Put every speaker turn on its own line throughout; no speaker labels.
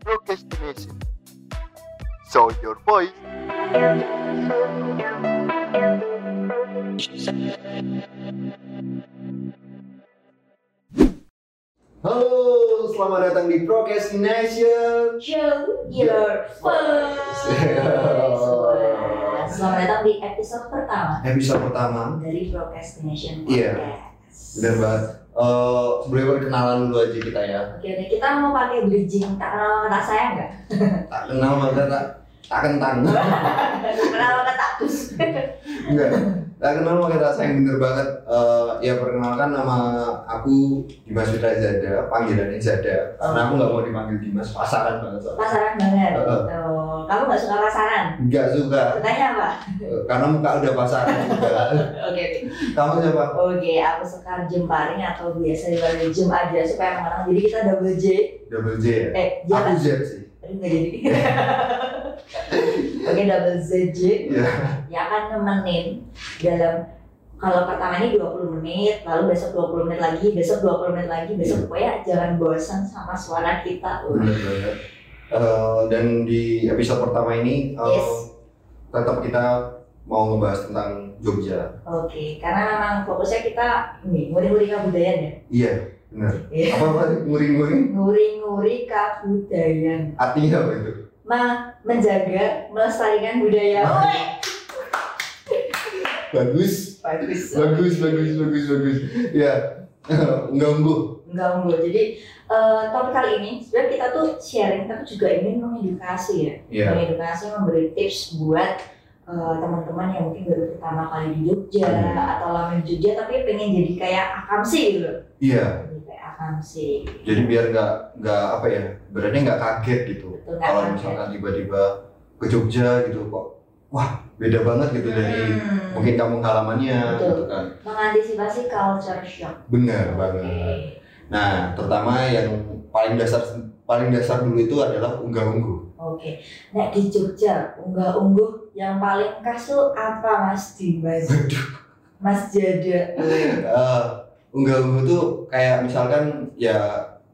podcast Dimension. So your voice.
Halo, selamat datang di Procrastination.
Show your voice. Wah, Selamat datang di episode pertama
Episode pertama,
dari Procrastination
Iya,
Podcast.
benar banget. Eh, sebelumnya perkenalan dulu aja kita ya.
Oke, oke, kita mau pakai bridging tak kenal maka tak sayang nggak?
Tak kenal maka tak tak kentang.
Tak kenal maka tak tus.
Enggak. Tak kenal maka tak sayang bener banget. Eh, ya perkenalkan nama aku Dimas Fitra Zada, panggilannya Zada. Karena aku nggak mau dipanggil Dimas, pasaran banget soalnya.
Pasaran banget.
Heeh.
Oh, kamu nggak suka pasaran?
Nggak suka,
Sukanya apa?
eh, karena muka udah pasaran juga.
Oke, oke.
Kamu siapa?
Oke, aku suka jemparing atau biasa dipanggil jem aja supaya orang-orang. Jadi kita double J.
Double J ya?
Eh, J
Aku
apa?
Z sih.
Aduh, nggak jadi. Oke, double ZJ.
Iya.
yang akan nemenin dalam kalau pertama ini 20 menit, lalu besok 20 menit lagi, besok 20 menit lagi,
Iya.
besok pokoknya jangan bosan sama suara kita. Wah,
Benar banget. Eh, dan di episode pertama ini eh,
Yes.
tetap kita mau ngebahas tentang Jogja.
Oke, karena memang fokusnya kita ini nguri-nguri kabudayan ya.
Iya, benar.
Iya.
Apa apa nguring-nguring?
Nguri-nguri kabudayan.
Artinya apa itu?
Ma, menjaga, melestarikan budaya.
Ah.
Woi,
Bagus,
bagus.
bagus, bagus, bagus, bagus. Ya, nggak unggul.
Enggak unggul. Jadi eh, topik kali ini sebenarnya kita tuh sharing tapi juga ingin mengedukasi ya.
Iya.
mengedukasi memberi tips buat eh, teman-teman yang mungkin baru pertama kali di Jogja
Hmm.
atau lama di Jogja tapi pengen jadi kayak akamsi gitu
Iya.
jadi kayak akamsi
Jadi biar nggak nggak apa ya, berarti nggak kaget gitu.
betul nggak
Kalau
kaget.
misalkan tiba-tiba ke Jogja gitu kok, wah beda banget gitu dari
Hmm,
mungkin kampung halamannya
Betul.
gitu kan.
mengantisipasi culture shock
Bener Iya, banget. Nah, terutama yang paling dasar paling dasar dulu itu adalah unggah-ungguh.
oke nah di Jogja unggah-ungguh yang paling khas tuh apa mas Dimas Mas Jada
Eh, unggah-ungguh tuh kayak misalkan ya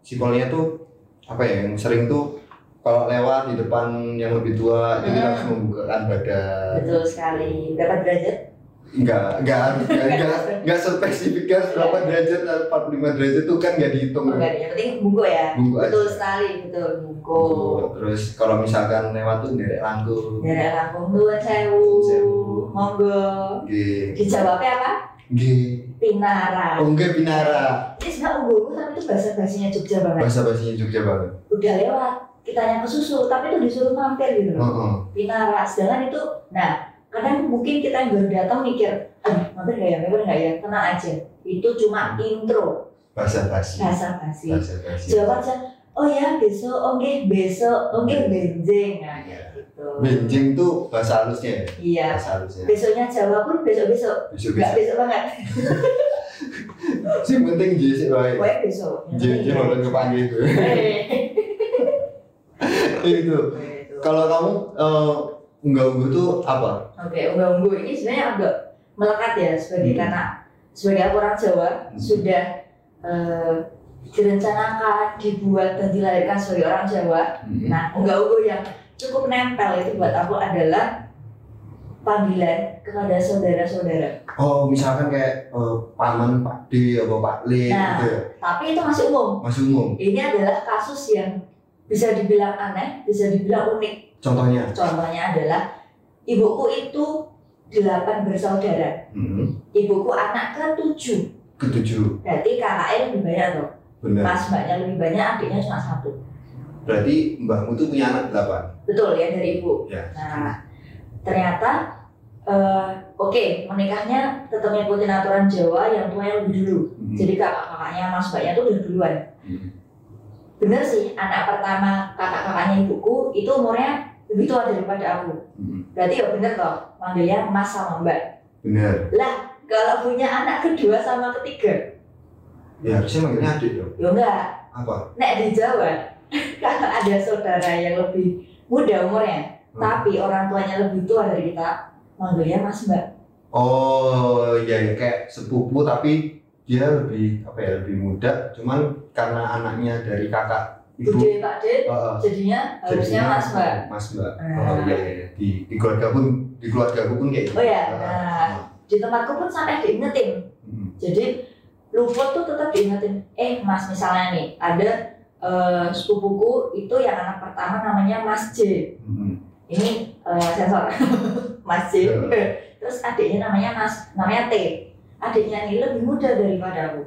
simpelnya tuh apa ya yang sering tuh kalau lewat di depan yang lebih tua jadi
Hmm.
langsung membukakan badan.
betul sekali berapa derajat
Enggak, enggak harus enggak enggak, enggak spesifik
Iya.
harus berapa derajat eh, 45 derajat tuh kan enggak dihitung.
enggak yang penting bungko ya
Bungku aja.
betul sekali betul bungko
Bungku. Oh, Terus kalau misalkan lewat tuh derek langkung.
Daerah Lampung Nuwun Sewu,
Sewu.
Monggo.
Nggih.
Dijawabnya apa?
Nggih.
Pinara.
Unggah binara.
Ini sebenarnya unggul tapi itu bahasa bahasanya Jogja banget.
bahasa bahasanya Jogja banget.
Udah lewat, kitanya ke susu, tapi itu disuruh mampir gitu. loh.
Heeh.
Pinara. Sedangkan itu, nah kadang mungkin kita yang baru datang mikir, aduh mampir nggak ya, mampir nggak ya, tenang aja. Itu cuma intro
Bahasa basi.
bahasa basi.
Bahasa basi.
Jawaban aja, oh ya besok, oke besok, oke benjeng nah, kayak gitu.
Benjing tuh bahasa halusnya ya.
Iya.
Bahasa halusnya.
Besoknya Jawa pun besok-besok,
Besok
nggak
besok.
besok banget.
Sing penting jisi wae.
Pokoknya besok.
Jisi orang kepanggil itu. Itu. Kalau kamu eh, unggah ungguh tuh apa?
Oke, unggah-ungguh ini sebenarnya agak melekat ya sebagai
Hmm.
karena sebagai aku orang Jawa
Hmm.
sudah eh, direncanakan, dibuat dan dilahirkan sebagai orang Jawa.
Heeh.
Nah, unggah-ungguh yang cukup nempel itu buat aku adalah panggilan kepada saudara-saudara.
Oh, misalkan kayak eh, paman, Pak D, apa Pak Le
Nah.
gitu ya.
Tapi itu masih umum.
Mas umum.
Ini adalah kasus yang bisa dibilang aneh, bisa dibilang unik.
Contohnya.
Contohnya adalah ibuku itu delapan bersaudara.
Heeh.
Ibuku anak ke tujuh.
Hmm. Ketujuh.
Berarti kakaknya lebih banyak tuh.
Benar.
Mas mbaknya lebih banyak, adiknya cuma satu.
Berarti mbahmu tuh punya anak delapan.
Betul ya dari ibu.
Ya.
Nah, ternyata eh, oke menikahnya tetap ngikutin aturan Jawa yang tuanya lebih dulu.
Heeh.
Jadi kakak-kakaknya mas mbaknya tuh udah duluan.
Heeh.
Bener sih, anak pertama kakak-kakaknya ibuku itu umurnya lebih tua daripada aku.
Heeh.
Berarti ya bener toh, manggilnya mas sama mbak.
Benar.
kalau punya anak kedua sama ketiga
Ya harusnya manggilnya adik dong.
ya enggak
Apa?
nek di Jawa kalau ada saudara yang lebih muda umurnya
Hmm.
tapi orang tuanya lebih tua dari kita manggilnya mas mbak
Oh iya ya kayak sepupu tapi dia lebih apa ya lebih muda cuman karena anaknya dari kakak ibu
Budaya Pak Ded
uh,
jadinya harusnya
jadinya
Mas Mbak.
mas mbak
Ah.
oh iya iya di, di keluarga pun di keluarga aku pun kayak gitu
Oh iya,
Ah,
nah. Di tempatku pun sampai diingetin.
ah. Hmm.
Jadi luput tuh tetap diingetin. Eh Mas misalnya nih ada eh, sepupuku itu yang anak pertama namanya Mas J.
Hmm.
Ini eh, sensor Mas J. Terus adiknya namanya Mas namanya T. Adiknya ini lebih muda daripada aku.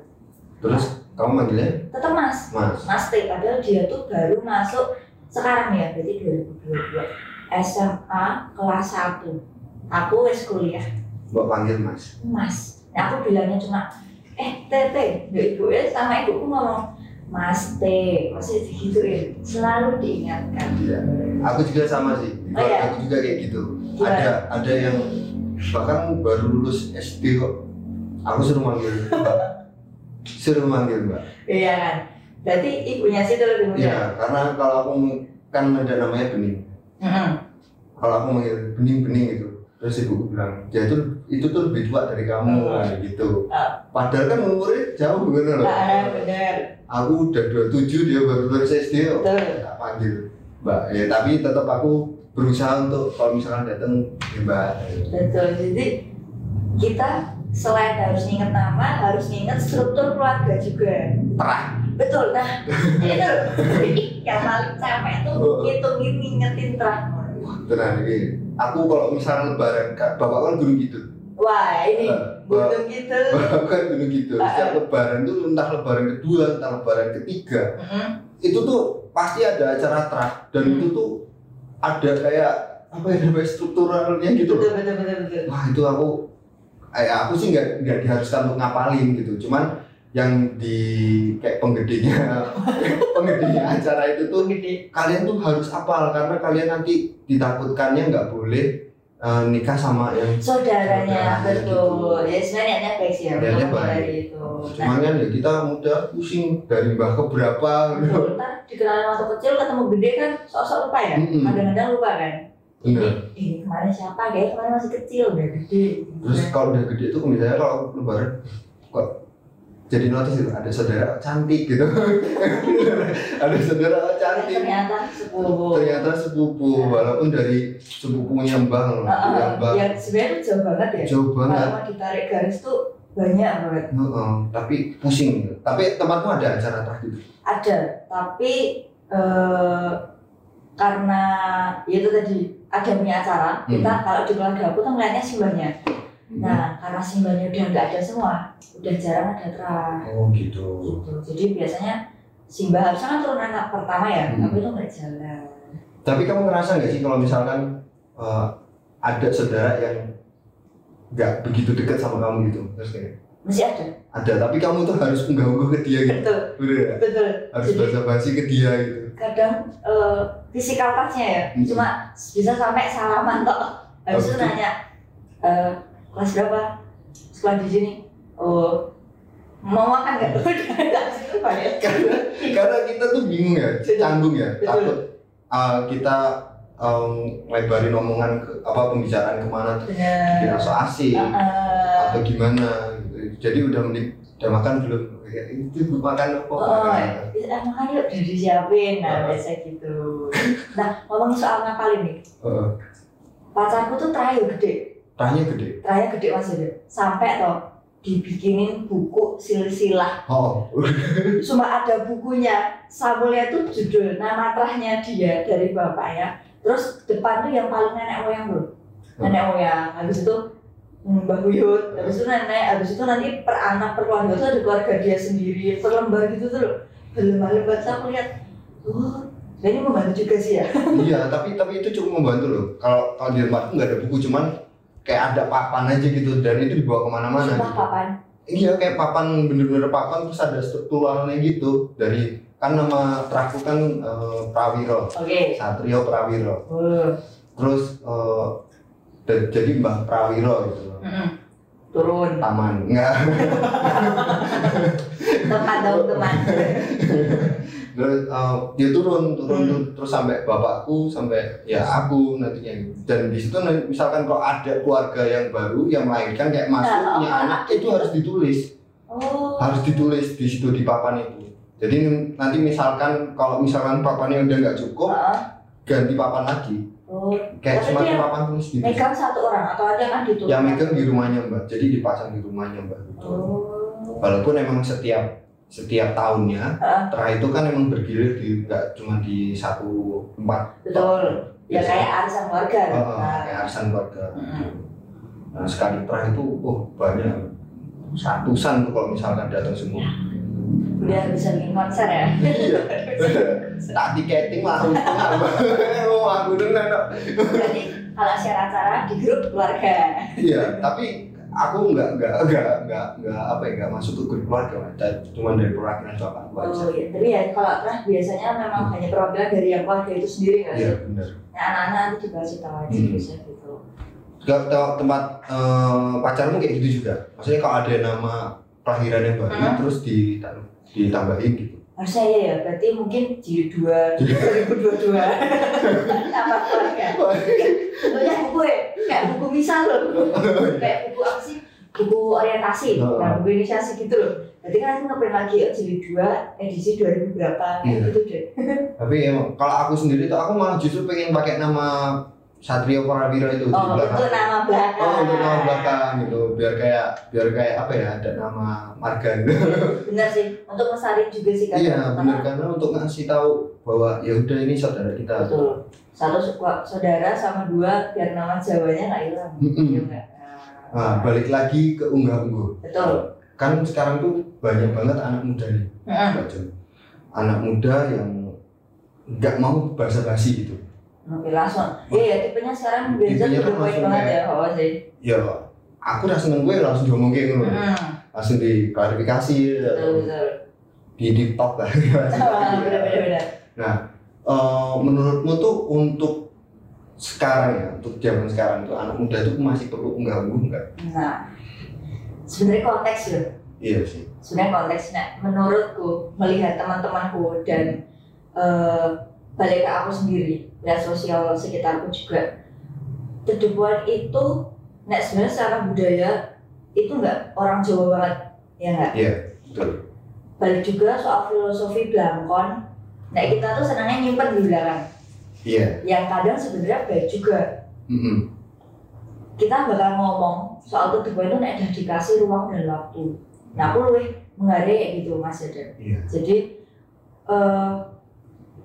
terus kamu manggilnya
Tetap Mas.
mas
Mas T padahal dia tuh baru masuk sekarang ya berarti 2022 SMA kelas 1 aku wes kuliah
mbak panggil mas
Mas nah aku bilangnya cuma eh Tete ya ibu ya sama ibuku ngomong Mas T masih digituin selalu diingatkan
Iya. Aku juga sama sih. Di
Oh, iya?
keluarga Aku juga kayak gitu.
Gimana?
Ada ada yang bahkan baru lulus SD kok. Aku suruh manggil Mbak. suruh manggil Mbak.
iya kan berarti ibunya sih itu lebih muda
Iya, karena kalau aku kan ada namanya Bening.
Mm-mm.
Kalau aku manggil Bening Bening gitu. Terus ibu bilang, dia itu itu tuh lebih tua dari kamu
Oh.
nah, gitu.
Oh.
Padahal kan umurnya jauh bener loh.
Ah, bener
Aku udah 27 dia baru lulus SD kok.
betul
tak panggil mbak ya tapi tetap aku berusaha untuk kalau misalkan datang ya mbak
betul jadi kita selain harus nginget nama harus nginget struktur keluarga juga
terah
Betul, nah itu yang paling capek
Oh.
tuh ngitungin ngingetin terang.
benar ini aku kalau misalnya lebaran Kak, bapak kan dulu gitu
Wah ini
Eh, bapak
gunung gitu.
bapak kan dulu gitu
Ah,
setiap lebaran itu entah lebaran kedua entah lebaran ketiga
Mm-mm.
itu tuh pasti ada acara terah dan
Hmm.
itu tuh ada kayak apa ya namanya strukturalnya gitu loh
Betul betul betul betul.
wah itu aku eh, aku sih nggak nggak diharuskan untuk ngapalin gitu cuman yang di kayak penggedenya penggedenya acara itu tuh
Gede.
kalian tuh harus apal karena kalian nanti ditakutkannya nggak boleh eh, nikah sama yang
Saudaranya
Saudaranya
betul.
gitu.
Ya sebenarnya niatnya baik sih ya.
Niatnya
memang
baik.
dari itu. Nah,
cuman kan ya kita udah pusing dari mbah ke berapa gitu.
Nah, betul. Ntar dikenalin waktu kecil ketemu gede kan sok-sok lupa ya.
Mm-mm.
Kadang-kadang lupa kan.
Bener.
Ini, ini kemarin siapa? Kayak kemarin masih kecil udah gede.
terus kalau udah gede tuh misalnya kalau lebaran kok jadi notice itu ada saudara cantik gitu ada saudara
Dan
cantik
ternyata sepupu.
ternyata sepupu walaupun dari sepupunya mbah loh
Ah, ah,
yang mbah
ya sebenarnya jauh banget ya.
jauh banget
Kalau mau ditarik garis tuh banyak banget.
Heeh, tapi pusing gitu. tapi tempatmu ada acara tah gitu
Ada, tapi eh, karena ya itu tadi ada punya acara,
Hmm.
kita kalau di keluarga aku tuh ngeliatnya simbahnya. Nah, karena simbahnya udah nggak ada semua, udah jarang ada terang
oh gitu
gitu. Jadi biasanya simbah harusnya kan turun anak pertama ya,
Hmm.
tapi itu nggak jalan.
Tapi kamu ngerasa nggak sih kalau misalkan eh, ada saudara yang nggak begitu dekat sama kamu gitu, terus kayak
Masih ada,
ada, tapi kamu tuh harus unggah-unggah ke dia gitu,
betul,
Bener nggak?
betul.
harus
Jadi-
basa-basi ke dia gitu.
Kadang eh physical touch-nya ya,
Hmm. Oh, gitu.
cuma bisa sampai salaman kok. Habis itu
Betul.
nanya, eh kelas berapa? Sekolah di sini. Oh, mau makan nggak? Udah, habis itu balik.
Karena, karena kita tuh bingung ya,
Iya.
canggung ya,
Betul.
takut eh, kita em, lebarin omongan ke, apa pembicaraan kemana tuh
Bener.
dirasa asing
Iya. Heeh.
atau gimana gitu. Jadi udah mending udah makan belum? Ya, itu belum makan Nah, apa?
Oh, eh, makan yuk udah disiapin,
Heeh.
nah biasa gitu. Nah, ngomong soal ngapalin nih,
Heeh.
pacarku tuh terayu gede,
Tahnya gede.
terayu gede mas Yuda. Sampai toh dibikinin buku silsilah.
Oh,
Cuma ada bukunya, sampulnya tuh judul nama terahnya dia dari bapaknya. Terus depan tuh yang paling nenek moyang loh,
Hmm.
nenek moyang. Habis itu hmm, Mbah Buyut, habis itu nenek, habis itu nanti per anak per keluarga tuh ada keluarga dia sendiri, per lembar gitu tuh loh. Berlembar-lembar, saya aku lihat, oh, dan ini membantu juga sih ya.
iya tapi tapi itu cukup membantu loh kalau kalau di tempatku nggak ada buku cuman kayak ada papan aja gitu dan itu dibawa kemana-mana
Sumpah
gitu.
papan,
iya kayak papan bener-bener papan terus ada strukturalnya gitu dari kan nama teraku kan eh, Prawiro
oke.
Satrio Prawiro
Oh,
terus eh, da- jadi Mbah Prawiro gitu loh.
mm-mm. Turun,
taman enggak
teman dong teman.
terus eh, dia turun turun
Hmm.
turun, terus sampai bapakku sampai ya aku nantinya dan di situ nanti misalkan kalau ada keluarga yang baru yang melahirkan kayak masuk
Nah,
punya
oh,
anak itu harus ditulis
Oh,
harus ditulis di situ di papan itu Jadi nanti misalkan kalau misalkan papannya udah nggak cukup,
Heeh.
ganti papan lagi.
Oh,
Kayak
Tapi
semacam
dia
papan tulis gitu.
megang satu orang atau ada kan gitu?
Yang megang di rumahnya mbak, jadi dipasang di rumahnya mbak.
Oh.
Walaupun emang setiap setiap tahunnya,
Heeh.
terakhir itu kan emang bergilir di nggak cuma di satu tempat.
Betul. Ya
Biasanya.
kayak arisan keluarga.
Oh, oh,
Nah,
kayak arisan keluarga.
Mm.
Nah sekali perang itu, oh banyak ratusan tuh kalau misalkan datang semua.
Ya. Udah bisa bikin konser ya.
Iya. tak tiketing langsung mau aku dengar no.
Jadi kalau share acara di grup keluarga.
Iya, tapi aku nggak nggak nggak nggak nggak apa ya nggak masuk ke grup keluarga, Mas. cuma dari perwakilan bapak aku aja.
Oh, ya. Tapi ya kalau acara biasanya memang hanya perwakilan dari yang keluarga itu sendiri kan.
Hmm. Iya benar.
Nah, anak-anak nanti juga kasih tahu aja
Hmm.
biasanya gitu.
Kalau tempat, tempat eh, pacarmu kayak gitu juga. Maksudnya kalau ada nama kelahiran yang baru
Hmm.
terus dita- ditambahin gitu.
Harusnya ya, ya, berarti mungkin di dua 2022 apa keluarga. Lo yang buku ya, kayak buku misal loh. Kayak buku apa sih? Buku orientasi,
Heeh.
nah, buku inisiasi gitu loh. Berarti kan aku ngeprint lagi oh, jilid 2 edisi 2000 berapa kayak
Iya.
gitu deh.
tapi emang kalau aku sendiri tuh aku malah justru pengen pakai nama Satrio Prawiro itu di
Oh,
belakang.
untuk nama belakang.
Oh untuk nama belakang gitu biar kayak biar kayak apa ya ada nama marga gitu.
Benar sih, untuk mesarin juga sih kan.
iya benar karena untuk ngasih tahu bahwa ya udah ini saudara kita.
Betul. Satu suku- saudara sama dua biar nama Jawanya nggak hilang.
Mm-mm.
Iya nggak? Nah,
Nah, balik lagi ke unggah-ungguh.
Betul.
Kan sekarang tuh banyak banget anak muda nih,
Heeh.
Mbak Jo. Anak muda yang nggak mau basa-basi gitu.
Oke langsung. Iya ya, tipenya sekarang biasa
Tipenya
udah
kan
poin
langsung
banget ya,
kayak-
oh sih.
Ya, aku rasa seneng gue langsung diomong kayak gitu.
Hmm,
Langsung diklarifikasi,
betul betul.
di di top lah. Iya.
Benar benar benar.
Eh, menurutmu tuh untuk sekarang ya, untuk zaman sekarang tuh anak muda tuh masih perlu unggah-ungguh nggak?
Nah, sebenarnya konteks loh.
Iya sih.
sebenarnya konteksnya menurutku melihat teman-temanku dan eh, balik ke aku sendiri dan sosial sekitarku juga kedepan itu nek sebenarnya secara budaya itu enggak orang Jawa banget ya enggak
Iya, betul.
balik juga soal filosofi belangkon nek kita tuh senangnya nyimpen di belakang
Iya.
yang kadang sebenarnya baik juga
Mm-mm.
kita bakal ngomong soal kedepan itu nek udah dikasih ruang dan waktu nah aku lebih menghargai gitu mas Eden
Iya.
Jadi eh,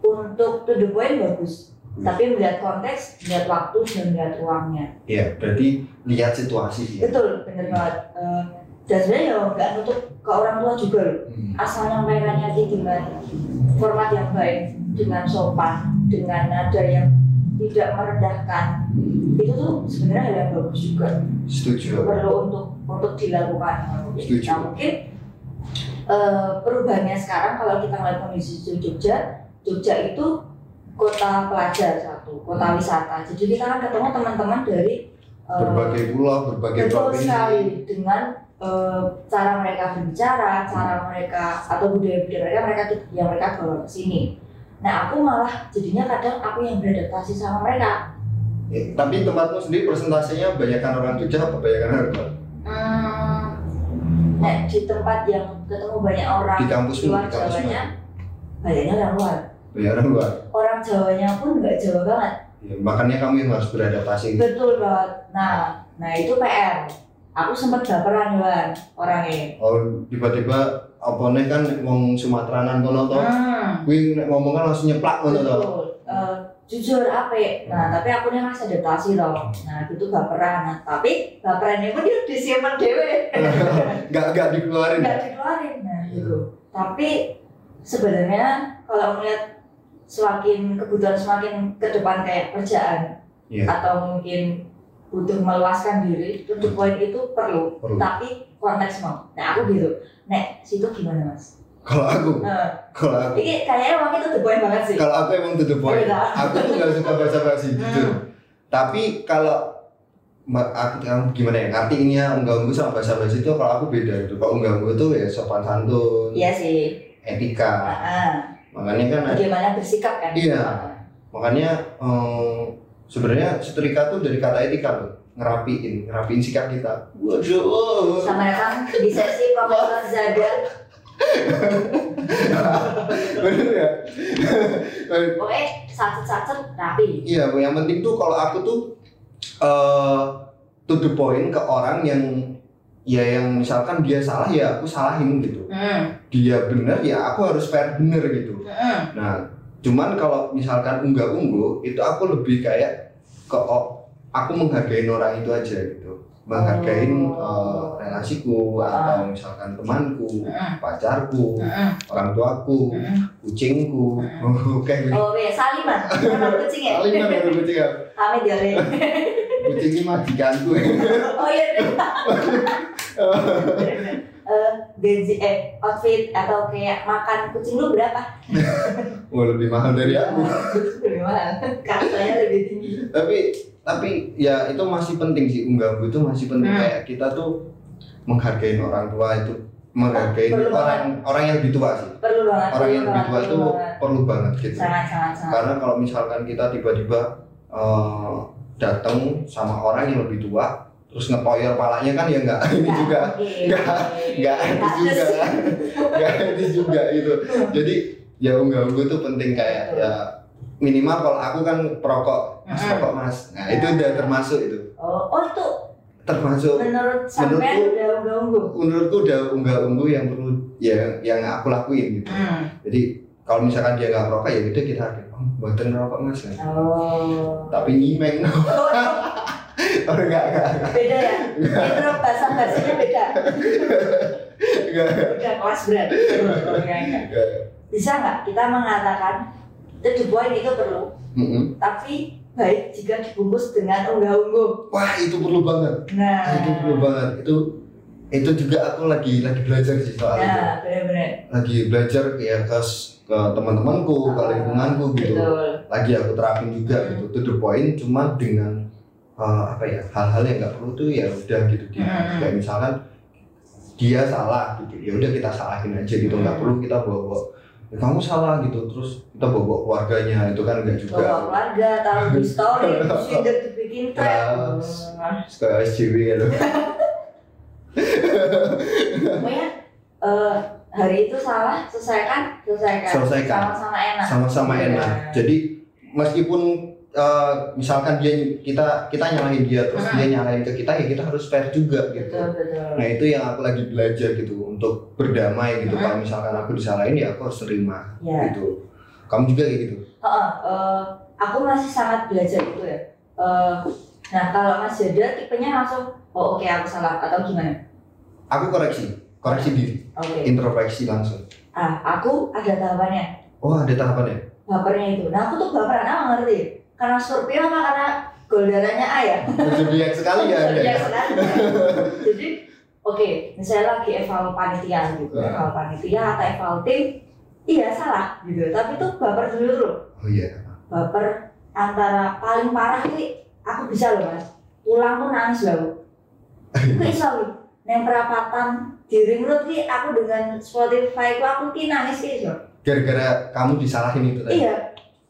untuk to the point bagus,
Hmm.
tapi melihat konteks, melihat waktu dan melihat ruangnya.
Iya. Berarti lihat situasi sih. ya.
Betul, bener
Hmm.
banget. Eh, dan sebenarnya ya nggak nutup ke orang tua juga loh.
Mm.
Asal nyampaikannya sih dengan format yang baik, dengan sopan, dengan nada yang tidak merendahkan itu tuh sebenarnya hal yang bagus juga
Setuju.
perlu untuk untuk dilakukan.
Setuju.
Nah mungkin eh, perubahannya sekarang kalau kita ngeliat kondisi di Jogja, Jogja itu kota pelajar satu,
Hmm.
kota wisata. Jadi kita akan ketemu teman-teman dari eh,
Berbagai pulau, berbagai
betul
provinsi.
sekali dengan eh, cara mereka berbicara,
Hmm.
cara mereka atau budaya-budaya mereka mereka yang mereka bawa ke sini. Nah aku malah jadinya kadang aku yang beradaptasi sama mereka.
Ya, tapi tempatmu sendiri persentasenya banyakkan orang Jogja apa banyakkan orang luar?
Hmm, nah, di tempat yang ketemu banyak orang
Di kampusmu,
luar ya.
di kampusmu.
Jawanya, banyaknya orang luar.
Banyak orang luar.
Orang Jawanya pun nggak Jawa banget.
Ya, makanya kamu yang harus beradaptasi.
Betul banget. Nah, nah itu PR. Aku sempat baperan Wan, orangnya.
Oh, tiba-tiba apa nih kan ngomong Sumateranan kono toh.
Hmm,
Wih, nek ngomong kan langsung
Oh,
nyeplak ngono toh.
betul. Eh, jujur ape. Nah, tapi aku nih masih adaptasi loh. Nah, gitu baperan. Nah, tapi baperannya pun dia disimpan dewe,
Enggak enggak dikeluarin.
nggak dikeluarin. Nah, gitu. tapi sebenarnya kalau melihat semakin kebutuhan semakin ke depan kayak kerjaan
Iya.
atau mungkin butuh meluaskan diri to the point itu perlu
Hmm. Perlu.
tapi konteks mau nah aku gitu nek situ gimana mas
Kalau aku,
nah,
kalau aku,
ini kayaknya waktu itu to the point banget sih
kalau aku emang to the point.
Beda.
Aku tuh gak suka basa-basi jujur.
Oh, iya. Hmm.
Tapi kalau ma- aku kamu gimana ya ngartiinnya unggah ungguh sama bahasa basi itu kalau aku beda gitu kalau unggah ungguh itu ya sopan santun
iya sih
etika
Ah,
makanya kan ada-
bagaimana bersikap kan
Iya.
Ah,
makanya eh, sebenarnya setrika tuh dari kata etika loh ngerapiin ngerapiin sikap kita waduh
sama datang di sesi Profesor Zaga
bener ya Bener.
Pokoknya sacet-sacet rapi.
iya Bu, yang penting tuh kalau aku tuh eh to the point ke orang yang ya yang misalkan dia salah ya aku salahin gitu
Hmm.
dia bener ya aku harus fair bener gitu
hmm.
Nah, cuman kalau misalkan unggah-ungguh itu aku lebih kayak ke o- aku menghargai orang itu aja gitu. Menghargai
Oh.
eh, relasiku atau misalkan temanku,
Hmm.
pacarku,
hmm,
orang tuaku,
hmm.
kucingku. Kayak gitu.
Oh, ya saliman. Emang kucing ya?
Paling kan ada kucing ya.
Amit ya, Le.
Kucing ini majikanku.
Oh iya. Le. Eh, gaji eh outfit atau kayak makan kucing lu berapa?
Wah, lebih mahal dari aku.
Lebih mahal. Kastanya lebih tinggi.
tapi tapi ya itu masih penting sih unggah-ungguh itu masih penting
Hmm.
kayak kita tuh menghargai orang tua itu menghargai
Perlu
orang orang yang lebih tua sih
Perlu banget.
orang yang
perlu
lebih tua
banget,
itu
perlu banget. Nah.
perlu banget gitu
sangat sangat sangat.
karena kalau misalkan kita tiba-tiba eh, datang sama orang yang lebih tua terus ngepoyor palanya kan ya nggak ini
Iya.
juga nggak- nggak etis juga nggak etis ya, juga gitu jadi ya unggah-ungguh itu penting kayak ya minimal kalau aku kan perokok mas
Mm-mm.
perokok mas nah itu udah termasuk itu
Oh, oh itu
termasuk
menurut sampean
Menurutku-
udah unggah-ungguh.
menurutku udah unggah-ungguh yang perlu ya yang aku lakuin gitu
Hmm.
jadi kalau misalkan dia nggak merokok ya udah kita hargai oh buatan merokok mas ya.
Oh.
tapi nyimeng
Oh,
oh enggak enggak
beda ya. Itu bahasa bahasanya beda.
enggak
Beda kelas berarti. Enggak, enggak.
enggak
Bisa nggak kita mengatakan itu the point itu perlu,
Mm-mm.
tapi baik jika dibungkus dengan unggah-ungguh.
wah itu perlu banget
Nah,
itu perlu banget itu itu juga aku lagi lagi belajar sih soal itu
nah benar-benar
lagi belajar ya ke ke teman-temanku ke
Ah,
lingkunganku gitu
betul.
lagi aku terapin juga
Hmm.
gitu to the point cuma dengan eh, apa ya hal-hal yang nggak perlu tuh ya udah gitu dia
Hmm.
kayak misalkan dia salah gitu ya udah kita salahin aja gitu nggak
Hmm.
perlu kita bawa ya, kamu salah gitu terus kita bawa, bawa keluarganya itu kan nggak juga
Bawa keluarga, taruh di story, sudah dibikin thread.
Terus.
Hmm.
ke SJW gitu
Iya Pokoknya eh, hari itu salah, selesaikan, selesaikan.
Selesaikan.
kan? Sama-sama enak.
sama-sama
Iya.
enak jadi meskipun eh, misalkan dia kita kita nyalahin dia terus
Hmm.
dia nyalahin ke kita ya kita harus fair juga gitu
Betul, betul.
Nah itu yang aku lagi belajar gitu untuk berdamai gitu.
Mhm.
Kalau misalkan aku disalahin ya aku harus terima
Ya.
gitu. Kamu juga kayak gitu.
Heeh, eh, aku masih sangat belajar itu ya. Eh, nah kalau Mas Jada tipenya langsung, oh oke aku salah atau gimana?
Aku koreksi, koreksi diri,
Oke.
introspeksi langsung.
Ah, aku ada tahapannya,
Oh ada tahapannya.
bapernya itu. Nah aku tuh baperan, aku ngerti. Karena Scorpio apa karena goldarannya A ya?
Zodiak sekali ya. Anda?
Zodiak sekali. Jadi oke, misalnya lagi eval panitia gitu,
Ah.
eval panitia atau eval tim, iya salah gitu. Tapi tuh baper dulu loh,
Oh iya.
baper antara paling parah sih aku bisa loh mas, pulang tuh nangis lalu. Aku iso loh, neng perapatan di ring road ki aku dengan Spotify ku aku ki nangis ki iso.
Gara-gara kamu disalahin itu tadi.
Iya,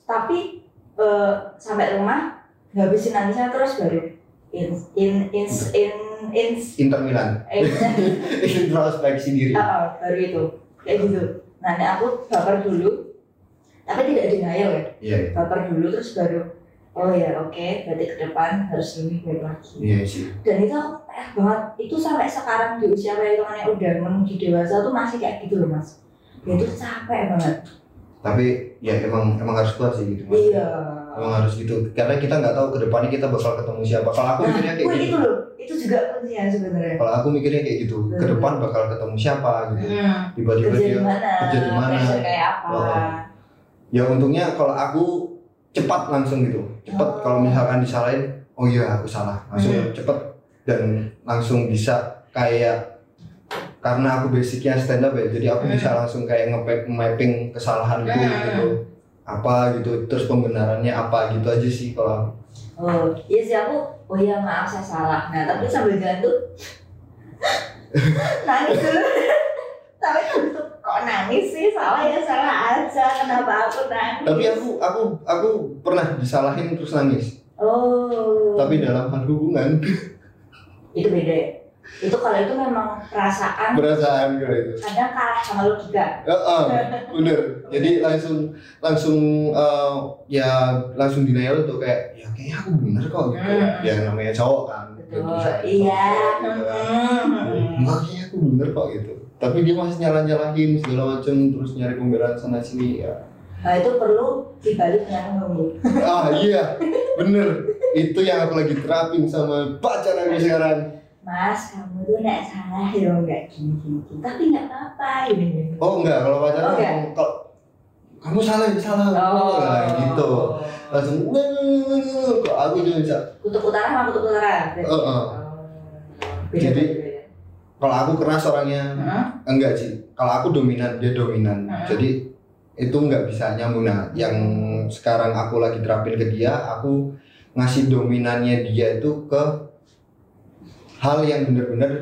tapi eh, sampai rumah habisin nangisnya terus baru in in in in in,
Inter Milan.
in-
introspeksi diri.
Ah, ah, baru itu kayak gitu. Nah, nek aku baper dulu, tapi tidak denial ya.
Iya. iya.
Baper dulu terus baru oh ya oke, berarti ke depan harus lebih baik lagi.
Iya sih.
Dan itu aku parah banget. Itu sampai sekarang di usia perhitungannya udah menuju dewasa tuh masih kayak gitu loh mas. Ya, itu capek banget.
ya. Tapi ya emang emang harus kuat sih gitu. Mas.
Iya.
Emang harus gitu. Karena kita nggak tahu kedepannya kita bakal ketemu siapa. Kalau aku mikirnya
Nah,
kayak
wih,
gitu.
itu loh, itu juga kuncinya sebenarnya.
Kalau aku mikirnya kayak gitu.
Betul.
Ke depan bakal ketemu siapa gitu.
Hmm.
Tiba-tiba
Kerja
dia
di mana?
kerja di mana?
Pressure kayak apa?
Oh. ya untungnya kalau aku cepat langsung gitu cepat
Oh.
kalau misalkan disalahin oh iya aku salah langsung
Hmm.
cepat dan langsung bisa kayak karena aku basicnya stand up ya jadi aku
Hmm.
bisa langsung kayak nge mapping kesalahanku
Hmm.
gitu apa gitu terus pembenarannya apa gitu aja sih kalau aku.
Oh, iya sih aku. Oh iya maaf saya salah. Nah tapi sambil jalan tuh nangis dulu. Tapi habis itu kok nangis sih? Salah ya salah aja. Kenapa aku nangis?
tapi aku aku aku pernah disalahin terus nangis
Oh.
tapi dalam hal hubungan
itu beda. ya? itu kalau itu memang perasaan
perasaan gitu. gue itu
kadang kalah sama logika
Eh, eh, bener jadi langsung langsung eh, ya langsung denial tuh kayak ya kayaknya aku bener kok gitu
Hmm.
ya namanya cowok kan
betul
bisa
iya
gitu kan.
mm.
Enggak, kayaknya aku bener kok gitu tapi dia masih nyala nyalahin segala macem terus nyari pembelaan sana sini ya
nah, itu perlu dibalik dengan ngomong
ah iya bener itu yang aku lagi terapin sama pacar aku sekarang
mas kamu tuh nggak salah ya nggak gini gini, gini. tapi nggak apa-apa gitu. ini ini.
oh enggak kalau pacaran
Oke.
ngomong, kalau kamu salah ya salah oh. gitu langsung kok aku juga bisa
kutub utara sama kutub utara Oh,
Eh, eh.
beda
Jadi- Hmm.
beda
kalau aku keras orangnya
Heeh.
enggak sih kalau aku dominan dia dominan
Hmm.
jadi itu nggak bisa nyambung nah yang sekarang aku lagi terapin ke dia aku ngasih dominannya dia itu ke hal yang bener-bener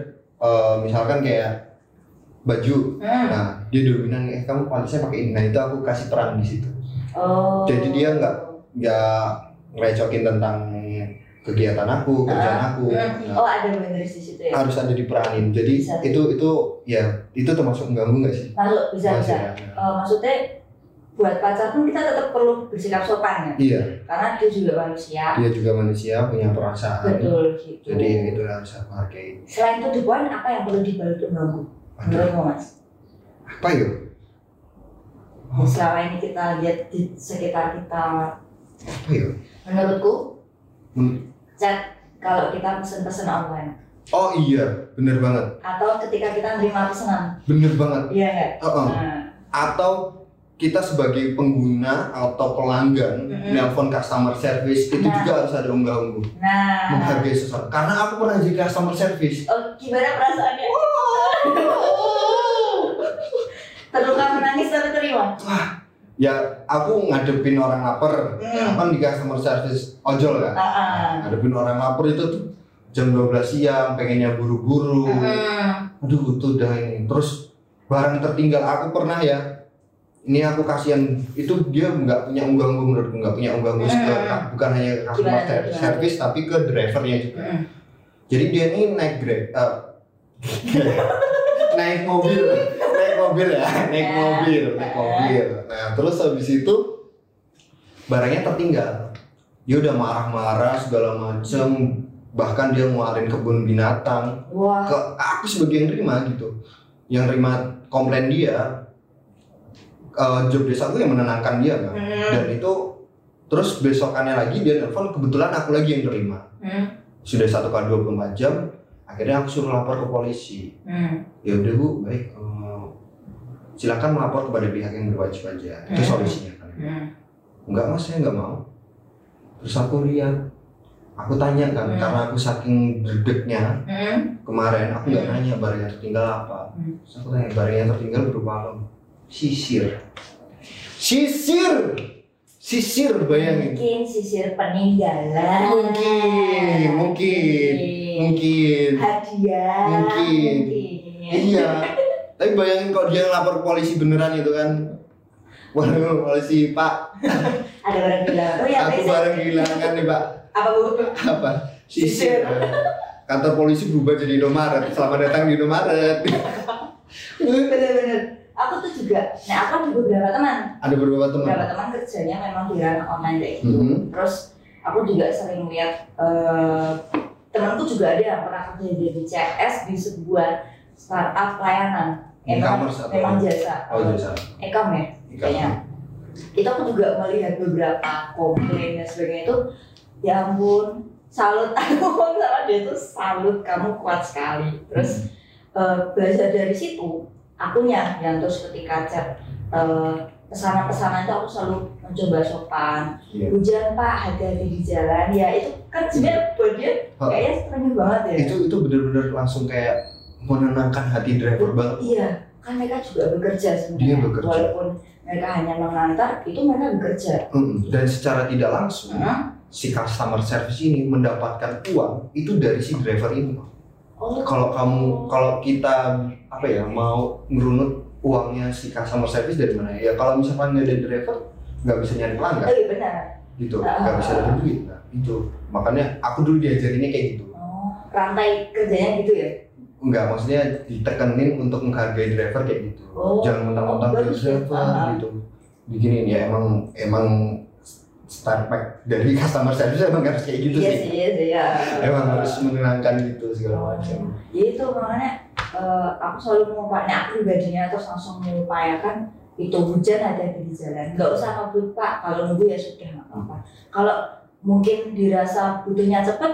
eh, misalkan kayak baju
Hmm.
nah dia dominan eh kamu palisnya pakai ini nah itu aku kasih peran di situ
oh
Jadi dia nggak- nggak ngerecokin tentang kegiatan aku kerjaan aku
Hmm.
Nah, Ah.
oh ada boundaries di situ ya
harus ada diperanin jadi
Bisa.
itu itu ya itu termasuk mengganggu nggak sih
masuk bisa bisa
Masih ada.
Eh, maksudnya buat pacar pun kita tetap perlu bersikap sopan ya
Iya,
karena dia juga manusia
dia juga manusia punya perasaan.
betul gitu
Jadi itu harus aku hargai.
selain itu poin apa yang perlu dibalut mengganggu
Aduh,
menurutmu mas
apa ya? yuk?
Yang selama ini kita lihat di sekitar kita
Apa ya? yuk?
menurutku
Hmm.
chat kalau kita pesen-pesen online
Oh iya, bener banget,
atau ketika kita menerima pesanan
bener banget.
iya nggak
Uh-uh.
Nah,
Atau kita sebagai pengguna atau pelanggan
Mm-mm.
nelpon customer service itu
Mm-hmm. Nah.
juga harus ada unggah-ungguh
nah
menghargai sesuatu karena aku pernah jadi customer service
oh, gimana perasaannya terluka menangis tapi terima
ya aku ngadepin orang lapar
Hmm.
kan di customer service ojol kan
Ah, ah.
ngadepin orang lapar itu tuh jam 12 siang pengennya buru-buru
Hmm.
aduh itu udah ini terus barang tertinggal aku pernah ya ini aku kasihan itu dia nggak punya unggah-ungguh menurutku nggak punya unggah-ungguh
Hmm.
ke- bukan hanya ke customer
Gimana,
ser-
gimana?
service tapi ke drivernya juga
Hmm.
jadi dia ini naik grab eh, naik mobil naik mobil ya naik
Ya.
mobil naik
Ya.
mobil nah terus habis itu barangnya tertinggal dia udah marah-marah segala macem bahkan dia ngeluarin kebun binatang
wah
ke aku sebagai yang terima gitu yang terima komplain dia eh job desk aku yang menenangkan dia kan
Hmm.
dan itu terus besokannya lagi dia nelfon kebetulan aku lagi yang terima
Hmm.
sudah satu kali 24 jam akhirnya aku suruh lapor ke polisi
Hmm.
ya udah bu baik eh, silakan melapor kepada pihak yang berwajib aja itu
Hmm.
solusinya kan
Hmm.
enggak mas saya nggak mau terus aku lihat aku tanya kan
Hmm.
karena aku saking derdeknya
Hmm.
kemarin aku nggak
Hmm.
nanya barang yang tertinggal apa
Hmm.
Terus aku tanya barang yang tertinggal berupa apa sisir sisir sisir bayangin
mungkin sisir peninggalan
Mungkin,
Iya.
mungkin. mungkin
hadiah
Mungkin.
mungkin.
iya tapi bayangin kalau dia lapor ke polisi beneran itu kan waduh polisi pak
ada orang bilang oh ya
aku
Bes,
barang kehilangan nih pak
apa bu
apa sisir
Sisir.
kantor polisi berubah jadi Indomaret selamat datang di Indomaret
Iya. bener-bener aku tuh juga nah aku ada beberapa teman
ada beberapa teman
beberapa teman kerjanya memang di ranah online kayak gitu
Mhm.
terus aku juga sering lihat eh, temanku juga ada yang pernah kerja di CS di sebuah startup layanan memang
E-commerce atau-
memang jasa eh,
oh jasa
Ecom ya
Iya.
kayaknya itu aku juga melihat beberapa komplain dan sebagainya itu ya ampun salut aku sama dia tuh salut kamu kuat sekali terus eh, belajar dari situ akunya yang terus ketika chat eh, pesanan-pesanan itu aku selalu mencoba sopan
Iya.
hujan pak hati-hati di jalan ya itu kan sebenarnya buat dia
Oh.
kayaknya strength banget ya
itu itu bener-bener langsung kayak menenangkan hati driver banget
iya kan mereka juga
Dia
bekerja sebenarnya
bekerja.
walaupun mereka hanya mengantar itu mereka bekerja
Mm, dan secara tidak langsung
Hmm.
si customer service ini mendapatkan uang itu dari si driver ini
Oh,
kalau kamu kalau kita apa ya mau merunut uangnya si customer service dari mana ya kalau misalkan nggak ada driver nggak bisa nyari pelanggan
oh iya benar.
gitu nggak bisa dapat duit nah, itu makanya aku dulu diajarinnya kayak gitu
Oh, rantai kerjanya gitu ya?
enggak maksudnya ditekenin untuk menghargai driver kayak gitu
Oh,
jangan mentang-mentang dia
bagus ya,
driver
paham.
gitu begini ya emang emang start back dari customer service emang harus kayak gitu
iya
sih
sih, iya sih, ya.
emang harus menenangkan gitu segala macam
Ya itu makanya eh, aku selalu mengumpulkan aku pribadinya terus langsung mengupayakan itu hujan ada di jalan. Nggak usah ngebut pak, kalau nunggu ya sudah nggak apa-apa. Kalau mungkin dirasa butuhnya cepet,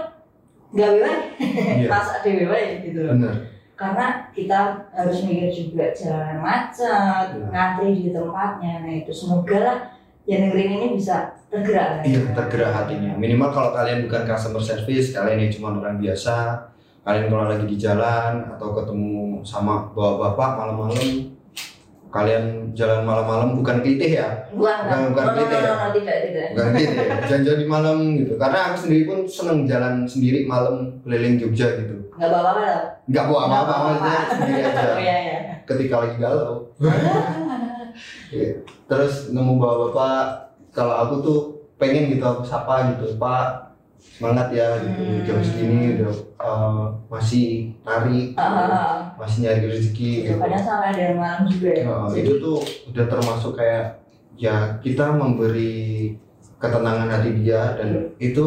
nggak wewe,
iya
masak di wewe gitu loh.
benar
Karena kita harus mikir juga jalanan macet,
Iya.
ngantri di tempatnya. Nah itu semoga lah yang dengerin ini bisa tergerak. lah ya.
iya tergerak hatinya minimal kalau kalian bukan customer service kalian yang cuma orang biasa kalian kalau lagi di jalan atau ketemu sama bapak-bapak malam-malam kalian jalan malam-malam bukan kelitih ya
Bukan,
Bukan-
bukan,
bukan
No, no,
gitu
no,
ya?
no, no, tidak, tidak.
Bukan gitu ya, jalan-jalan di malam gitu. Karena aku sendiri pun seneng jalan sendiri malam keliling Jogja gitu.
Nggak apa-apa lah.
Nggak bawa apa-apa
Nggak apa-apa.
maksudnya sendiri aja.
Oh iya, iya.
Ketika lagi galau. Iya. Terus nemu bawa bapak, kalau aku tuh pengen gitu aku sapa gitu, Pak semangat ya gitu
Hmm.
jam segini udah eh, masih nari
Ah,
masih nyari rezeki gitu
kadang sampai ada yang malam juga ya.
Nah,
Jadi,
itu tuh udah termasuk kayak ya kita memberi ketenangan hati dia dan
Iya.
itu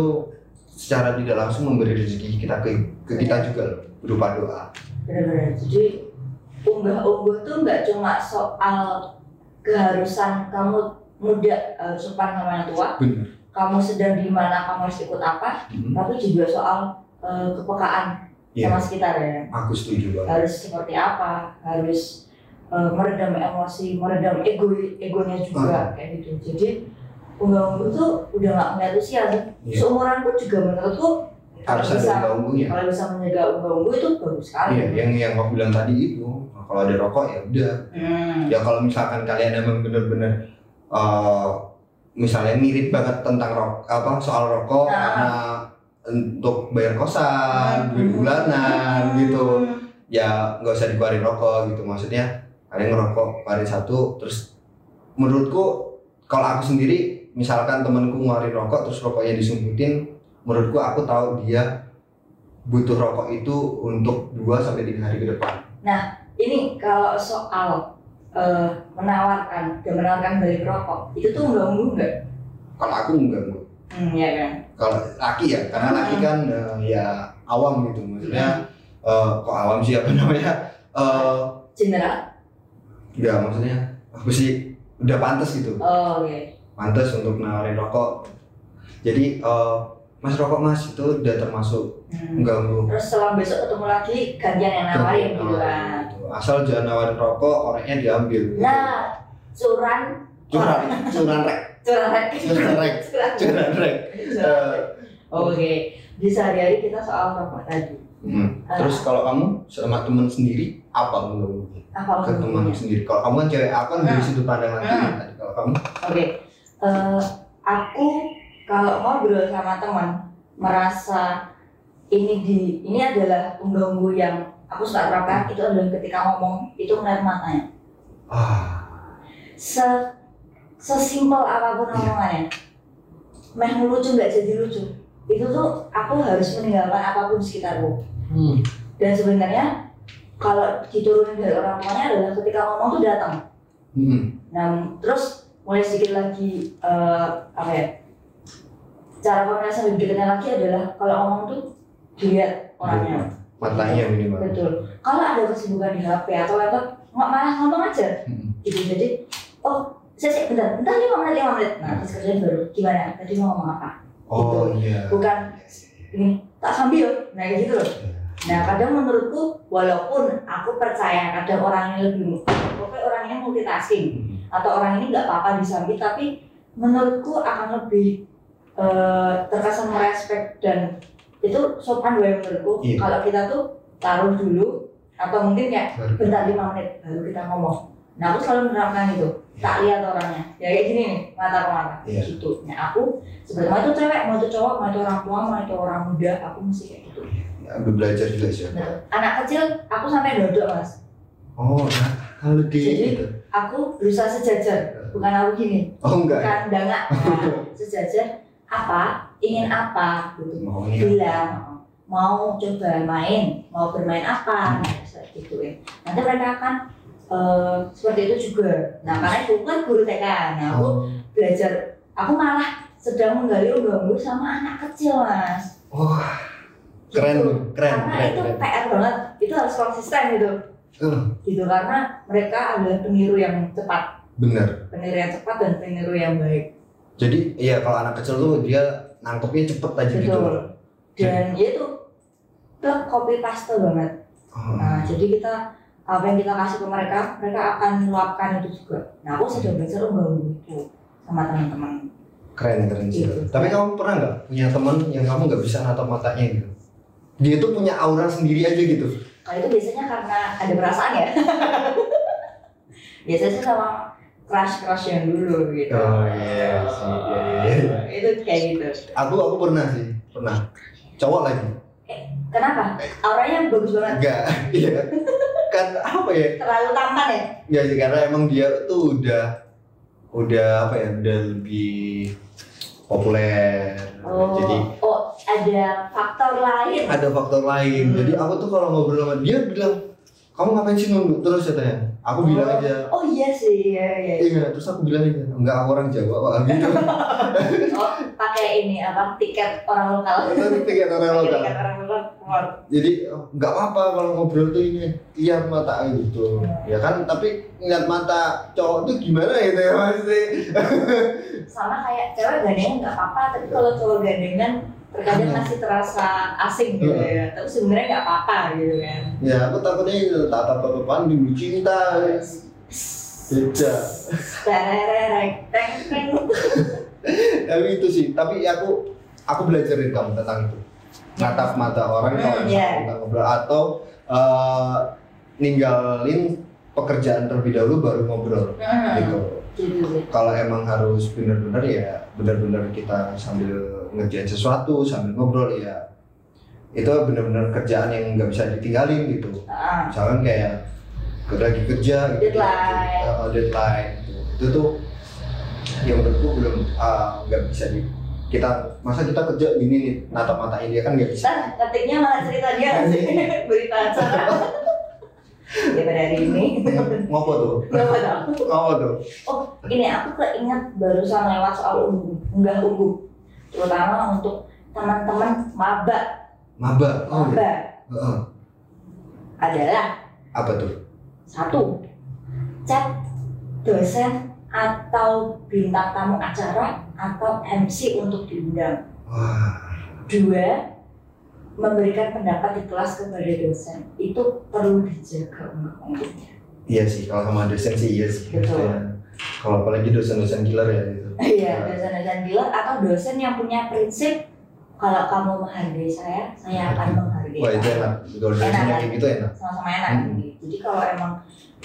secara tidak langsung memberi rezeki kita ke, ke
Iya.
kita juga loh berupa doa.
benar-benar. Jadi unggah-ungguh tuh nggak cuma soal keharusan kamu muda harus sopan sama yang tua,
Benar.
kamu sedang di mana, kamu harus ikut apa,
Hmm.
tapi juga soal eh, kepekaan
Iya.
sama sekitar ya.
Aku setuju banget.
Harus seperti apa, harus eh, meredam emosi, meredam ego egonya
Iya.
juga kayak gitu. Jadi unggah-ungguh tuh udah nggak melihat usia sih.
Iya.
Seumuran pun juga menurutku kalau
Harus ada
Iya, bisa
unggunya.
kalau bisa menjaga unggah-ungguh itu bagus sekali.
Iya, yang yang aku bilang tadi itu nah, kalau ada rokok ya udah.
Hmm.
Ya kalau misalkan kalian emang bener-bener eh, misalnya mirip banget tentang rok apa soal rokok
Nah.
karena untuk bayar kosan,
Hmm.
duit bulanan gitu. ya nggak usah dikeluarin rokok gitu maksudnya kalian ngerokok keluarin satu terus menurutku kalau aku sendiri misalkan temanku ngeluarin rokok terus rokoknya disumputin menurutku aku tahu dia butuh rokok itu untuk 2 sampai tiga hari ke depan
Ini kalau soal eh, menawarkan dan menawarkan balik rokok itu tuh unggah-ungguh nggak?
kalau aku enggak Bu.
Hmm, ya kan.
kalau laki ya karena laki kan eh, ya awam gitu maksudnya eh, kok awam sih apa namanya Eh,
General.
ya maksudnya aku sih udah pantas gitu
Oh, oke.
pantas untuk nawarin rokok jadi eh, mas rokok mas itu udah termasuk
Hmm.
mengganggu
Terus setelah besok ketemu lagi gantian yang nawarin gitu kan.
Gitu. asal jangan nawarin rokok orangnya diambil
Nah, curan
curan curan rek
curan rek.
Curan rek.
Curan rek.
curan rek
Curan rek. Oke. Di sehari-hari kita soal rokok tadi. Eh,
Hmm.
Ah.
terus kalau kamu sama temen sendiri apa mengganggu
Apa
ke teman
unggah-ungguhnya?
sendiri kalau kamu kan cewek aku kan dari
Hmm.
sudut pandang laki
Hmm.
tadi. kalau kamu
Oke, eh, aku kalau ngobrol sama teman merasa ini di ini adalah pengganggu yang aku suka terapkan itu adalah ketika ngomong itu ngeliat matanya.
ah
Se sesimpel apapun
Iya.
omongannya, meh lucu nggak jadi lucu. Itu tuh aku harus meninggalkan apapun di sekitarku.
hmm.
Dan sebenarnya kalau diturunin dari orang tuanya adalah ketika ngomong tuh datang.
Hmm.
Nah, terus mulai sedikit lagi eh, apa ya? Cara komunikasi lebih dekatnya lagi adalah kalau ngomong tuh dilihat
Iya.
orangnya.
Gitu. matanya minimal
Betul. Kalau ada kesibukan di HP atau laptop, nggak malah ngomong aja.
Hmm.
Gitu. Jadi, oh saya sih bentar, bentar lima menit, lima menit. Nah, terus kerjaan baru gimana? Tadi mau ngomong apa?
oh iya
Gitu. Bukan ini tak sambil. Nah, kayak gitu loh. Nah, kadang menurutku, walaupun aku percaya kadang orang yang lebih, pokoknya orangnya multitasking
Hmm.
atau orang ini nggak apa-apa disambi tapi menurutku akan lebih eh, terkesan merespek dan itu sopan gue menurutku
Iya.
kalau kita tuh taruh dulu atau mungkin kayak
Baru.
bentar lima menit baru kita ngomong nah aku selalu menerapkan itu tak lihat orangnya ya kayak gini nih mata ke mata
Iya.
gitu nah aku sebenarnya mau itu cewek mau itu cowok mau itu orang tua mau itu orang muda aku mesti kayak gitu
Ya, aku belajar juga sih aku.
nah anak kecil aku sampai dodok mas
Oh, nah, halo Dek.
Jadi-
gitu.
aku berusaha
Iya.
sejajar bukan aku gini
Oh enggak. ya?
bukan dangak nah, sejajar apa ingin apa gitu
Maunya.
bilang mau coba main, mau bermain
Hmm.
apa, nah, seperti itu ya. Nanti mereka akan eh, seperti itu juga. Nah, karena itu kan guru TK. Nah, aku
Oh.
belajar, aku malah sedang menggali unggahan sama anak kecil, Mas.
Wah, Oh, keren
Gitu.
lu, keren,
karena
keren,
itu
keren.
PR banget, itu harus konsisten gitu.
Eh,
Gitu karena mereka adalah peniru yang cepat,
bener.
peniru yang cepat dan peniru yang baik.
Jadi iya kalau anak kecil tuh dia nangkepnya cepet aja gitu.
Betul.
Iya.
Dan ya itu plug copy paste banget.
Oh,
Nah, jadi kita apa yang kita kasih ke mereka, mereka akan meluapkan itu juga. Nah, aku sudah belajar unggahan itu sama teman-teman.
keren keren sih.
Gitu.
Tapi kamu pernah nggak punya temen yang kamu nggak bisa natap matanya gitu? Dia tuh punya aura sendiri aja gitu.
Kalau Nah, itu biasanya karena ada perasaan ya. biasanya sih sama crush-crush yang dulu gitu.
Oh, iya sih, iya, iya, iya.
Itu kayak gitu.
Aku aku pernah sih, pernah. Cowok lagi.
Kenapa? Auranya bagus banget.
Enggak, iya. Kan apa ya?
Terlalu tampan ya?
Ya sih karena emang dia tuh udah udah apa ya? Udah lebih populer.
Oh,
Jadi
oh ada faktor lain.
ada faktor lain.
Hmm.
Jadi aku tuh kalau ngobrol sama dia bilang, kamu ngapain sih nunduk terus katanya? Aku bilang
Oh.
aja,
Oh iya sih, iya iya.
iya. Terus aku bilang aja, enggak aku orang Jawa pak gitu.
Oh, pakai ini apa tiket orang lokal.
Terus tiga orang lokal.
Tiket orang lokal.
Jadi enggak apa-apa kalau ngobrol tuh ini lihat mata gitu. Ya kan, tapi ngeliat mata cowok tuh gimana gitu ya pasti.
sama kayak cewek gandengan nggak apa-apa tapi kalau cowok gandengan terkadang
Aneh.
masih terasa asing gitu
Iya.
ya tapi sebenarnya nggak apa-apa gitu kan
Ya aku takutnya itu tatap tatapan dulu cinta. Tidak.
Tererek, teng, teng.
Tapi Eh, itu sih. Tapi aku aku belajarin kamu tentang itu. Natap mata orang
Hmm,
kalau
iya.
misalnya kita ngobrol atau eh, ninggalin pekerjaan terlebih dahulu baru ngobrol gitu.
Hmm, gitu sih
Kalau emang harus bener-bener ya bener-bener kita sambil ngerjain sesuatu sambil ngobrol ya itu bener-bener kerjaan yang nggak bisa ditinggalin gitu.
Ah,
misalkan kayak ke- lagi kerja gitu
Deadline.
Uh, deadline gitu. itu tuh yang menurutku belum uh, nggak bisa di kita masa kita kerja gini nih nata matain dia kan nggak bisa
Ntar ketiknya malah cerita dia
Anjing.
berita acara ya pada hari ini
ngopo tuh
Gak apa tau
ngopo tuh
ini aku keinget barusan lewat soal ungguh unggah ungguh terutama untuk teman-teman maba
maba oh iya.
maba
Heeh.
adalah
apa tuh
Satu, chat dosen atau bintang tamu acara atau MC untuk diundang.
wah
Dua, memberikan pendapat di kelas kepada dosen itu perlu dijaga undang-undangnya.
iya sih kalau sama dosen sih iya sih
Betul.
Maksudnya, kalau apalagi dosen-dosen killer ya gitu
Iya, dosen-dosen gila atau dosen yang punya prinsip kalau kamu menghargai saya, saya akan menghargai.
wah itu
kamu."
enak kalau dosen
Iya. Enak.
yang kayak gitu enak
sama-sama enak.
Mm.
gitu. Jadi kalau emang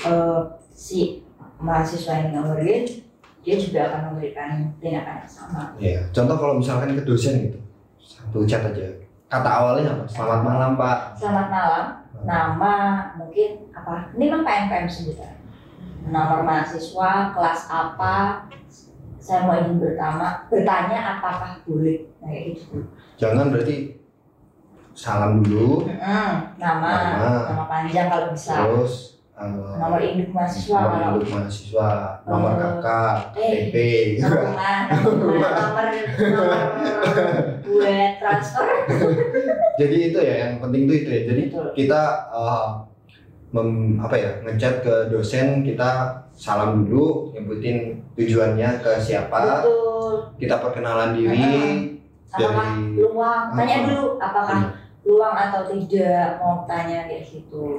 eh, si mahasiswa yang menghargai, dia juga akan memberikan tindakan yang sama.
ya contoh kalau misalkan ke dosen gitu satu chat aja kata awalnya apa selamat malam pak Nah,
Selamat malam, nama mungkin apa? Ini kan PMPM sebentar. Nomor mahasiswa, kelas apa? Saya mau izin bertama, bertanya apakah boleh Nah, kayak gitu.
jangan berarti salam dulu
Mm, nama,
Nama.
nama panjang kalau bisa.
terus eh,
Nomor induk mahasiswa
nomor
kalau
induk mahasiswa nomor
Eh,
kakak
eh,
TP
nomor rumah, nomor nomor nomor buat transfer.
jadi itu ya yang penting tuh itu ya jadi
Betul.
kita eh, mem- apa ya ngechat ke dosen kita salam dulu nyebutin tujuannya ke siapa
Betul.
kita perkenalan diri
Apakah
dari
luang? Tanya
Apa?
dulu apakah
Hmm.
luang atau tidak mau tanya kayak gitu.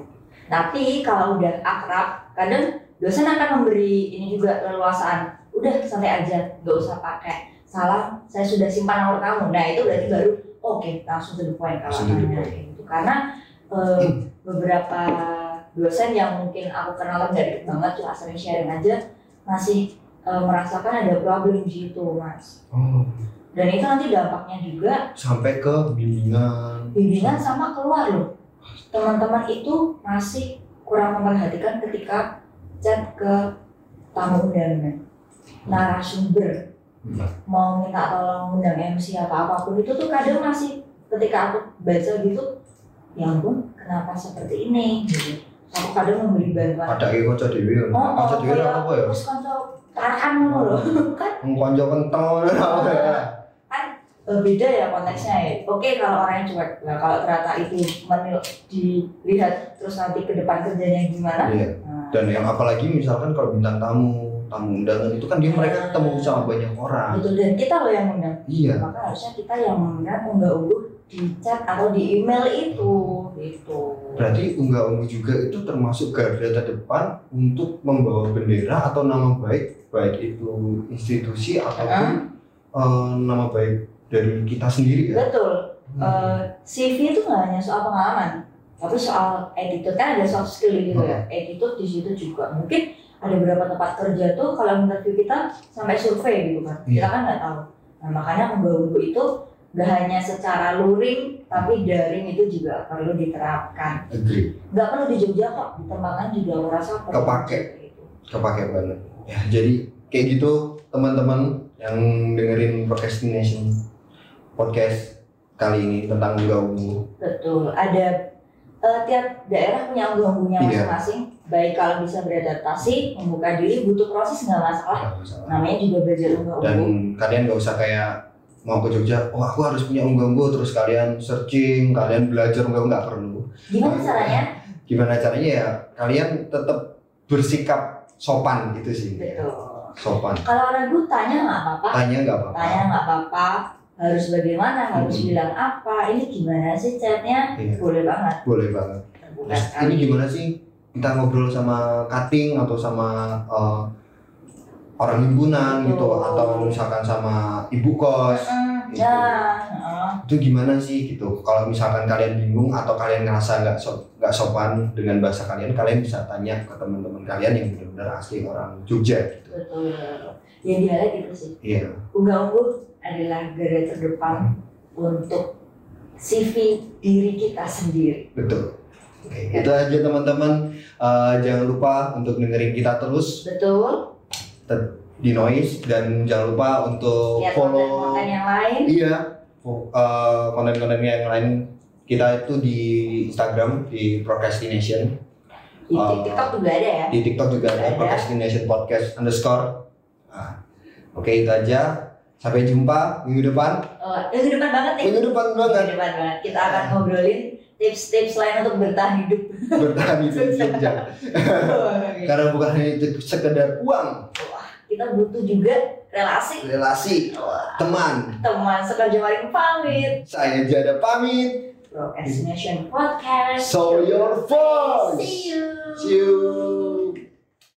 Tapi kalau udah akrab, kadang dosen akan memberi ini juga leluasaan. Udah santai aja, nggak usah pakai salam. Saya sudah simpan nomor kamu. Nah itu berarti baru oke langsung to the point kalau
Langsung to the
tanya
point. Hmm.
kayak gitu. Karena eh, beberapa dosen yang mungkin aku kenal dari deket banget cuma sering sharing aja masih eh, merasakan ada problem di situ mas.
oh,
Dan itu nanti dampaknya juga
sampai ke bimbingan
bimbingan sama keluar loh teman-teman itu masih kurang memperhatikan ketika chat ke tamu undangan narasumber
Hmm.
mau minta tolong undang MC apa apapun itu tuh kadang masih ketika aku baca gitu ya ampun kenapa seperti ini gitu aku kadang memberi bantuan
Ada yang kocok dewi,
Oh,
kocok dewi
kayak
apa ya?
terus kocok tarakan ngono loh kan
Mengkonco kental apa ya?
eh, beda ya konteksnya ya oke kalau orang yang cuek nah kalau ternyata itu menil dilihat terus nanti ke depan kerjanya gimana
Iya.
nah,
Dan yang apalagi misalkan kalau bintang tamu, tamu undangan itu kan dia mereka ketemu sama banyak orang.
betul dan kita loh yang undang
Iya.
maka harusnya kita yang mengundang unggah ungguh di chat atau di email itu gitu
Berarti unggah ungguh juga itu termasuk garda terdepan untuk membawa bendera atau nama baik baik itu institusi ataupun eh, nama baik dari kita sendiri ya.
betul
Hmm.
Eh, CV itu nggak hanya soal pengalaman, tapi soal attitude kan ada soft skill gitu ya.
Iya.
Attitude di situ juga mungkin ada beberapa tempat kerja tuh kalau interview kita sampai survei gitu kan, kita
Iya.
kan nggak tahu. Nah makanya membangun itu nggak hanya secara luring, tapi daring itu juga perlu diterapkan.
Agree.
Nggak perlu di Jogja kok, di Tembangan juga aku rasa perlu
Kepake.
gitu.
Kepake banget. Ya, jadi kayak gitu teman-teman yang dengerin procrastination podcast kali ini tentang unggah ungguh.
Betul, ada eh, tiap daerah punya unggah-unggahnya
Iya.
masing-masing. Baik kalau bisa beradaptasi, membuka diri, butuh proses Ah, nggak masalah.
Nggak masalah.
namanya juga belajar unggah
dan
ungguh
kalian gak usah kayak mau ke Jogja, oh aku harus punya unggah-ungguh terus kalian searching, kalian belajar enggak nggak perlu.
gimana caranya
Gimana caranya ya kalian tetap bersikap sopan gitu sih.
betul
Sopan.
kalau ragu tanya nggak apa-apa
Tanya nggak apa-apa.
tanya nggak apa-apa harus bagaimana harus
Hmm.
bilang apa ini gimana sih chatnya
Iya,
boleh banget
boleh banget.
terbuka
Terus, ini
sekali
gimana sih kita ngobrol sama cutting atau sama eh, orang himpunan gitu
Betul.
atau misalkan sama ibu kos
Mm,
gitu.
ya heeh.
itu gimana sih gitu kalau misalkan kalian bingung atau kalian ngerasa nggak so- nggak sopan dengan bahasa kalian kalian bisa tanya ke teman-teman kalian yang benar-benar asli orang Jogja gitu
betul Ya, yang dialek itu sih
iya
unggah ungguh adalah garda terdepan untuk CV diri kita sendiri
betul oke itu aja teman-teman Eh, jangan lupa untuk dengerin kita terus
betul
di noise dan jangan lupa untuk Oh,
lihat
follow
konten-konten yang lain
iya fo- eh, konten-konten yang lain kita itu di Instagram di procrastination
di
Eh,
TikTok juga ada ya
di TikTok juga ada
Ada.
procrastination podcast underscore. Nah, oke itu aja. Sampai jumpa minggu depan.
oh, minggu depan banget nih
Minggu depan banget
Minggu depan Iya, banget kita akan ngobrolin tips-tips lain untuk bertahan hidup.
bertahan di Jogja.
Oke.
Karena bukan hanya itu sekedar uang,
kita butuh juga relasi.
relasi,
Wah,
teman.
Teman sekerja waring pamit.
Saya Jada pamit.
Procrastination Podcast.
So your voice.
See you.
See you.